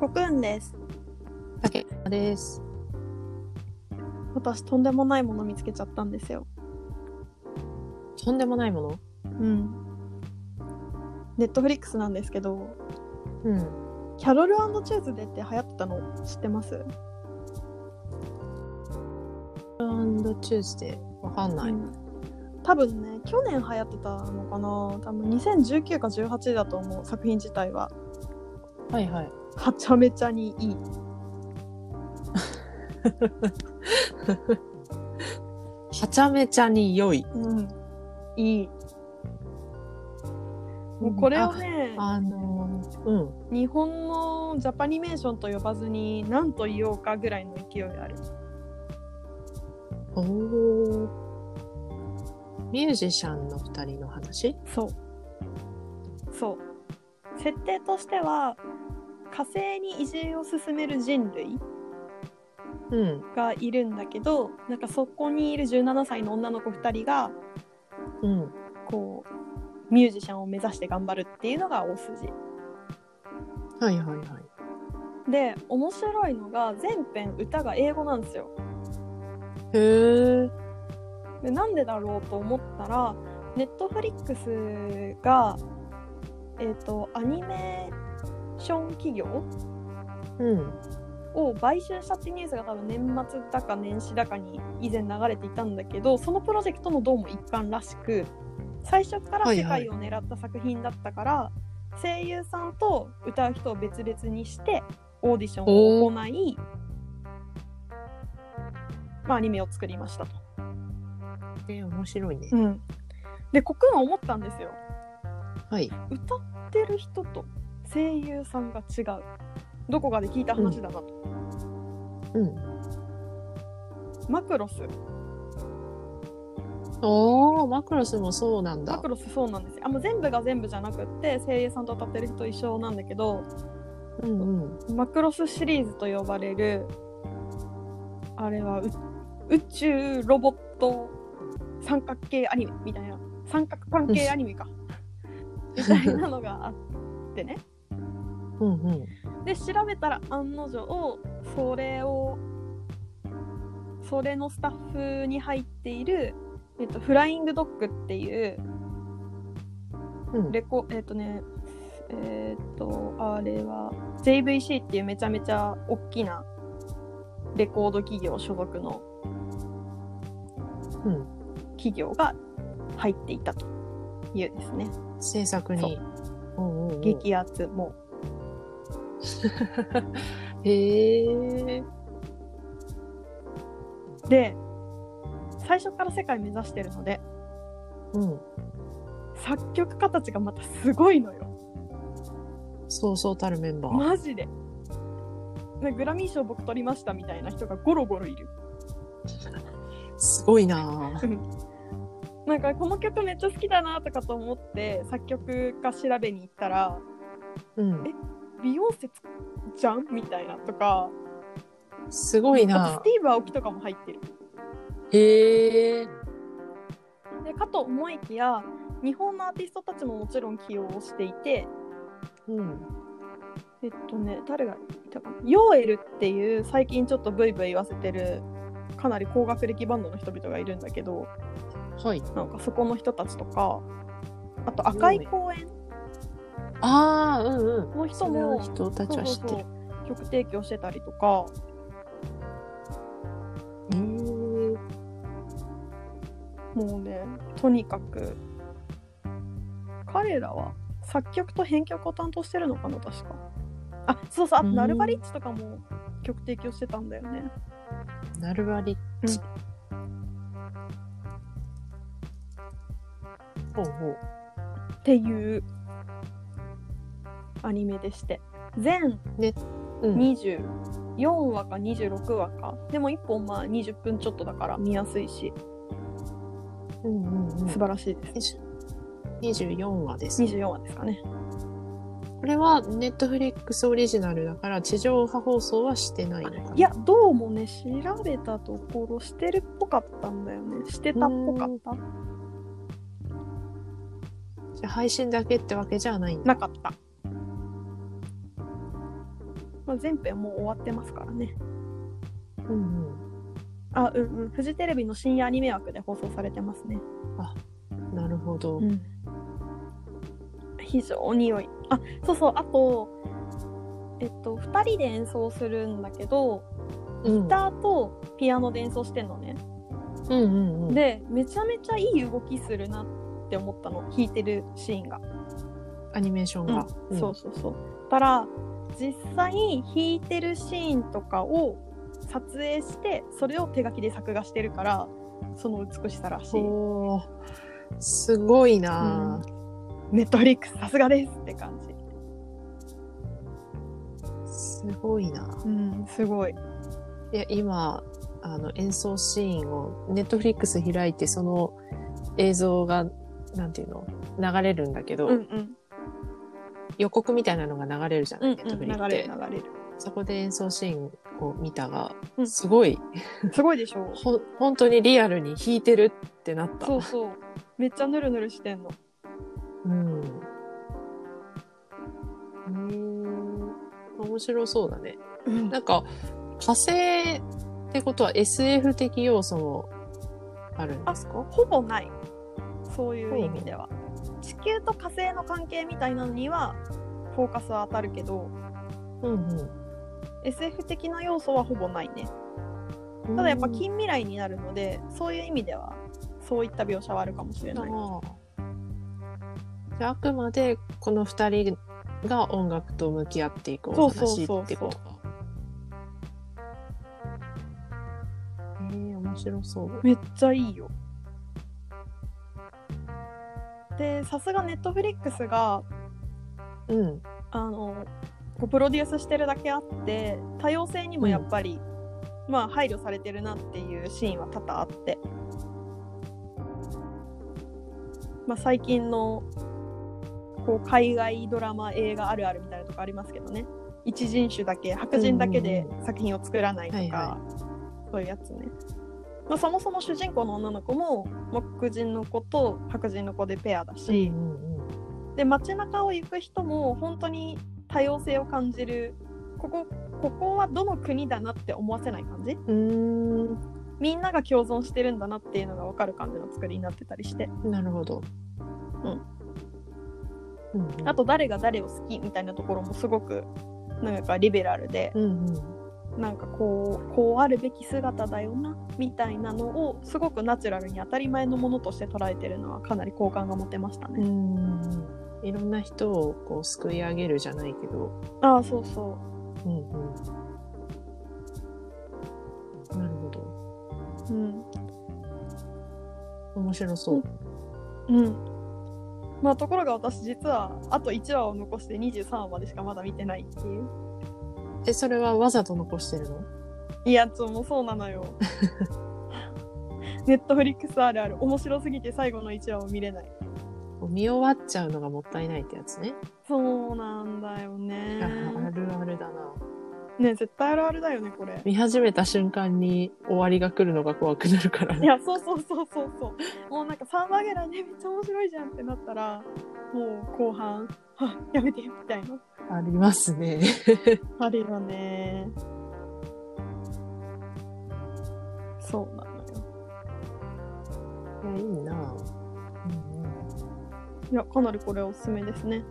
コくんです。竹山です。私とんでもないもの見つけちゃったんですよ。とんでもないもの。うん。ネットフリックスなんですけど、うん。キャロルチューズデーって流行ってたの知ってます？アンドチューズデー。わかんない。うん多分ね去年流行ってたのかな。多分2019か18だと思う作品自体は。はいはい。はちゃめちゃにいい。はちゃめちゃに良い。うん。いい。もうこれをねあ、あのー、うん。日本のジャパニメーションと呼ばずに何と言おうかぐらいの勢いある。おお。ミュージシャンの二人の話。そうそう設定としては火星に移住を進める人類うん。がいるんだけどなんかそこにいる17歳の女の子2人がうん。こうミュージシャンを目指して頑張るっていうのが大筋はいはいはい。で面白いのが全編歌が英語なんですよへえ。でなんでだろうと思ったらネットフリックスがえっ、とアニメーション企業うん。を買収したってニュースが多分年末だか年始だかに以前流れていたんだけどそのプロジェクトのどうも一環らしく最初からはい世はい界を狙った作品だったから、声優さんと歌う人を別々にしてオーディションを行い、まあ、アニメを作りましたと。え、面白いね。うん、でコクーンは思ったんですよはい。歌ってる人と声優さんが違うどこかで聞いた話だなと。うん。マクロスおお、マクロスもそうなんマだク。ロスそうなんですよあもう全部が全部じゃなくって声優さんと歌ってる人と一緒なんだけどうんうん。マクロスシリーズと呼ばれるあれはう宇宙ロボット三角形アニメみたいな三角関係アニメかみたいなのがあってねうんうん。で調べたら案の定それをそれのスタッフに入っている、えっと、フライングドッグっていううん。レコえっ、とねえっ、とあれは JVC っていうめちゃめちゃ大きなレコード企業所属のうん。企業が入っていたというですね制作に。うんうんうん激アツもへえ。うで最初から世界目指してるのでうん。作曲家たちがまたすごいのよそうそうたるメンバー。マジででグラミー賞僕取りましたみたいな人がゴロゴロいるすごいなぁ。なんかこの曲めっちゃ好きだなとかと思って作曲家調べに行ったらうん。ビヨンセじゃんみたいなとかすごいあとなスティーブ・アオキとかも入ってるぁ。へえ。でかと思いきや日本のアーティストたちももちろん起用をしていてうん。えっとね誰がいたかなヨーエルっていう最近ちょっとブイブイ言わせてるかなり高学歴バンドの人々がいるんだけどはい。なんかそこの人たちとかあと赤い公園ああ、うんうん。の人そのも人たちは知ってそうそうる。そう曲提供してたりとかへーもうねとにかく彼らは作曲と編曲を担当してるのかな確かあそうそうあとうんナルバリッチとかも曲提供してたんだよねナルバリッチ。ほうほう。っていうアニメでして全うん。 24話か26話かでも1本まあ20分ちょっとだから見やすいしうんうんうん素晴らしいです24話です。 24話ですかねこれはネットフリックスオリジナルだから地上波放送はしてないのかないやどうもね調べたところしてるっぽかったんだよねしてたっぽかったじゃあ配信だけってわけじゃないんだ。なかったまあ、前編もう終わってますからねうんうんあうんうんフジテレビの深夜アニメ枠で放送されてますねなるほど、非常に良いあそうそうあとえっと2人で演奏するんだけどうん、ギターとピアノで演奏してんのね、うんうんうんでめちゃめちゃいい動きするなって思ったの弾いてるシーンが、アニメーションが、んそうそうそうたら実際弾いてるシーンとかを撮影してそれを手書きで作画してるからその美しさらしいほーすごいなあ、ネットフリックスさすがですって感じすごいなうんすごいいや今あの演奏シーンをネットフリックス開いてその映像がなんていうの流れるんだけど、うんうん予告みたいなのが流れるじゃなうい、ん、うネットん、フ流リっれるて流れるそこで演奏シーンを見たが、うんすごい すごいでしょほ本当にリアルに弾いてるってなったそうそうめっちゃヌルヌルしてんのうんうーん面白そうだねうんなんか火星ってことは SF 的要素もあるんですかほぼないそういう意味では地球と火星の関係みたいなのにはフォーカスは当たるけどうんうん SF 的な要素はほぼないねただやっぱ近未来になるのでそういう意味ではそういった描写はあるかもしれなないじゃああくまでこの二人が音楽と向き合っていくお話ってことか。ええ面白そう。めっちゃいいよでさすがネットフリックスがうん。あのこうプロデュースしてるだけあって多様性にもやっぱり、まあ配慮されてるなっていうシーンは多々あって、まあ、最近のこう海外ドラマ映画あるあるみたいなとこありますけどね一人種だけ白人だけでうん作品を作らないとはいかは、そういうやつね。まあ、そもそも主人公の女の子も黒人の子と白人の子でペアだし、うんうんで街中を行く人も本当に多様性を感じるここここはどの国だなって思わせない感じうーみんなが共存してるんだなっていうのが分かる感じの作りになってたりしてん。なるほど。うん。うん、うん。あと誰が誰を好きみたいなところもすごくなんかリベラルでうんうん。なんかこうこうあるべき姿だよなみたいなのをすごくナチュラルに当たり前のものとして捉えてるのはかなり好感が持てましたうね。んうん。いろんな人をこう救い上げるじゃないけど。ああそうそううんうん。なるほど。うん面白そう。うん。まあところが私実はあと1話を残して23話までしかまだ見てないっていう。え、それはわざと残してるのいやつもうそうなのよ。ネットフリックスあるある面白すぎて最後の1話を見れない。見終わっちゃうのがもったいないってやつね。そうなんだよあね。あ るあるだな。ね絶対あるあるだよねこれ。見始めた瞬間に終わりが来るのが怖くなるからいね。やそうそうそうそうそう。もうなんか3話ぐらいねめっちゃ面白いじゃんってなったらもう後半はやめてみたいな。ありますね。あるよね。そうなのよ。いや、いいな。うんいや、かなりこれおすすめですね。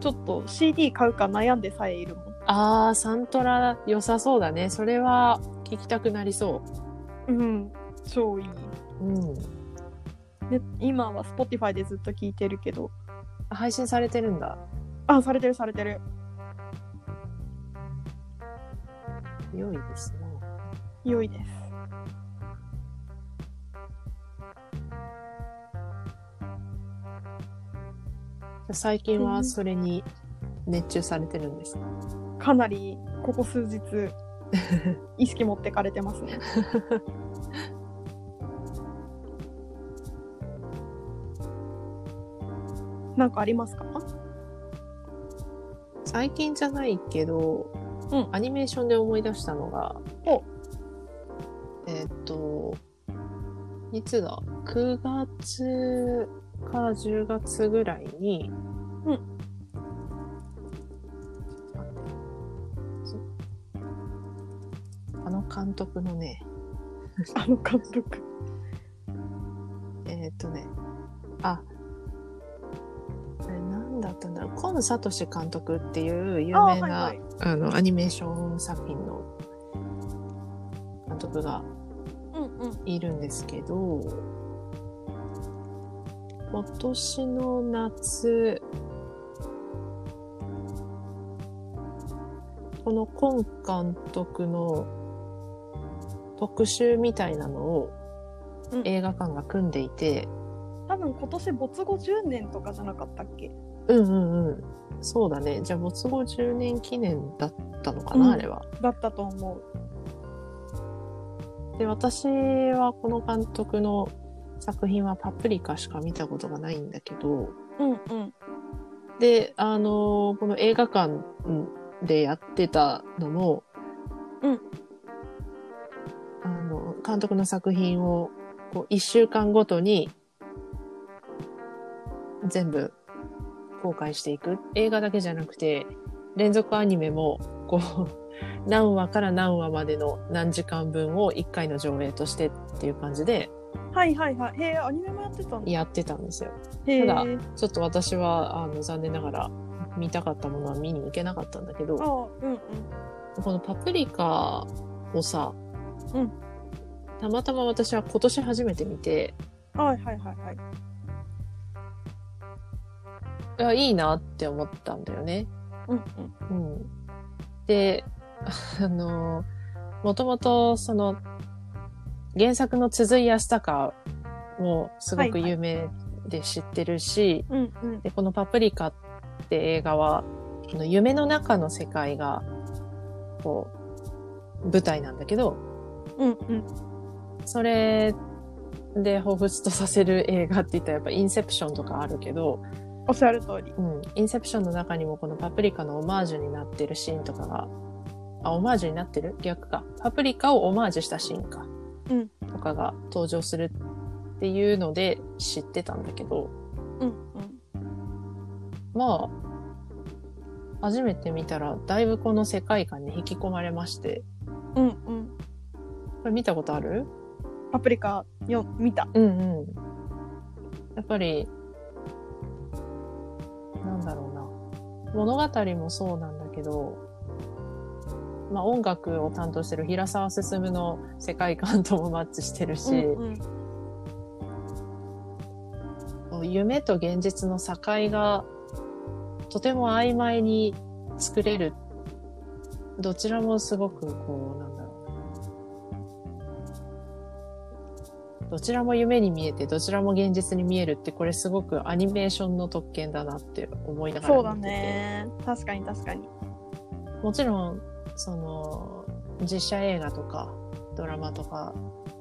ちょっと CD 買うか悩んでさえいるもん。ああ、サントラ良さそうだね。それは聞きたくなりそうん、超いい。う。うん。ね、今は Spotify でずっと聞いてるけど。配信されてるんだ。あ、されてるされてる。良いですね。良いです。最近はそれに熱中されてるんですかかなりここ数 日、意識持ってかれてます ね。なんかありますか最近じゃないけど、うんアニメーションで思い出したのがおえーっ、といつだ9月から10月ぐらいに、うんちょっと待って監督のね、あの監督。えーっとね、あ、あれ何だったんだろう。河野聡監督っていう有名なああ、あ、はいはい。のアニメーション作品の監督がうんうん。いるんですけど、今年の夏、このコン監督の特集みたいなのをうん映画館が組んでいて、多分今年没後10年とかじゃなかったっけうんうんうん。そうだね。じゃあ、没後10年記念だったのかな、うんあれは。だったと思う。で、私はこの監督の作品はパプリカしか見たことがないんだけど、うんうん。で、あのーこの映画館でやってたのも、うんあの、監督の作品を、こう、一週間ごとに、全部公開していく。映画だけじゃなくて、連続アニメも、こう、 何話から何話までの何時間分を一回の上映としてっていう感じではいはいはい。へえ、アニメもやってたんだ。やってたんですよ。へえ。ただあちょっと私はあの残念ながら見たかったものは見に行けなかったんだけど、あ、うんうん。このパプリカをさ、うんたまたま私は今年初めて見て、はいはいはいはい。いやいいなって思ったんだよね。うんうん。うん、で、 あの、もともとその原作の続井康隆もすごく有名で知ってるし、うんうん。でこの「パプリカ」って映画はあの夢の中の世界がこう舞台なんだけどうんうん。それで彷彿とさせる映画って言ったらやっぱ「インセプション」とかあるけど、おっしゃる通り。うん、インセプションの中にもこの「パプリカ」のオマージュになってるシーンとかがあオマージュになってる逆か「パプリカ」をオマージュしたシーンか、うんとかが登場するっていうので知ってたんだけど、うんまあ、初めて見たら、だいぶこの世界観に引き込まれまして。うん。うんうん。これ見たことあるパプリカよ見た。うんうん。やっぱり、なんだろうな。物語もそうなんだけど、まあ音楽を担当してる平沢進の世界観ともマッチしてるし、うん夢と現実の境がとても曖昧に作れるどちらもすごくこうなんだろうどちらも夢に見えてどちらも現実に見えるってこれすごくアニメーションの特権だなって思いながそうらだ見ててね。確かに確かに。もちろんその実写映画とかドラマとか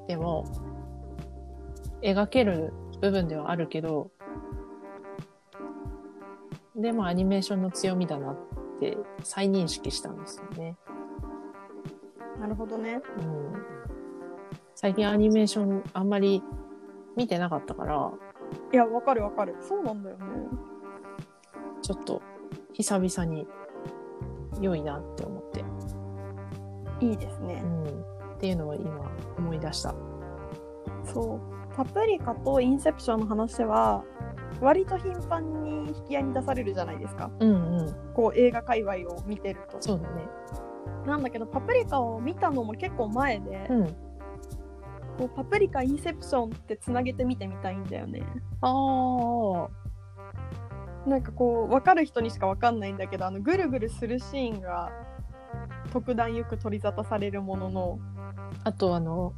でも描ける部分ではあるけどでもアニメーションの強みだなって再認識したんですよね。なるほどね。うん、最近アニメーションあんまり見てなかったからいや、わかるわかる。そうなんだよね。ちょっと久々に良いなって思って、いいですうね。ん、っていうのを今思い出した。そう。パプリカとインセプションの話は、割と頻繁に引き合いに出されるじゃないですか。うんうん、こう映画界隈を見てると。そうだね。なんだけど、パプリカを見たのも結構前で、うんこうパプリカ、インセプションってつなげて見てみたいんだよね。ああ、なんかこう、わかる人にしかわかんないんだけど、あの、ぐるぐるするシーンが、特段よく取り沙汰されるものの、あとあの、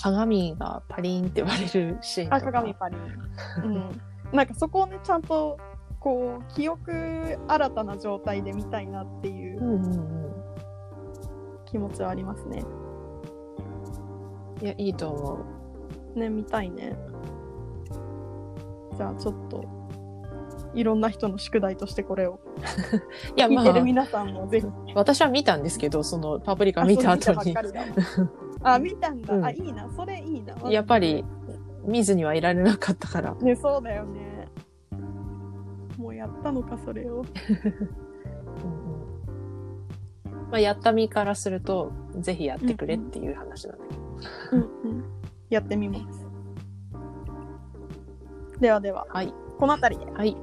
鏡がパリンって割れるシーンとか。あ、鏡パリン。うん。なんかそこをね、ちゃんと、こう、記憶新たな状態で見たいなっていううんうんう気持ちはありますね。ん。いや、いいと思う。ね、見たいね。じゃあちょっと、いろんな人の宿題としてこれを。いや、聞まいてるあ、皆さんもぜひ。私は見たんですけど、そのパプリカ見たあそ後うに見た。ばっかりだあ、見たんだ。うんあ、いいな。それいいな。やっぱり、見ずにはいられなかったから。ね、そうだよね。もうやったのか、それを。うんうんまあ、やった身からすると、ぜひやってくれっていう話なんだけど。うんうん、やってみます。ではでは、はい。この辺りで。はい。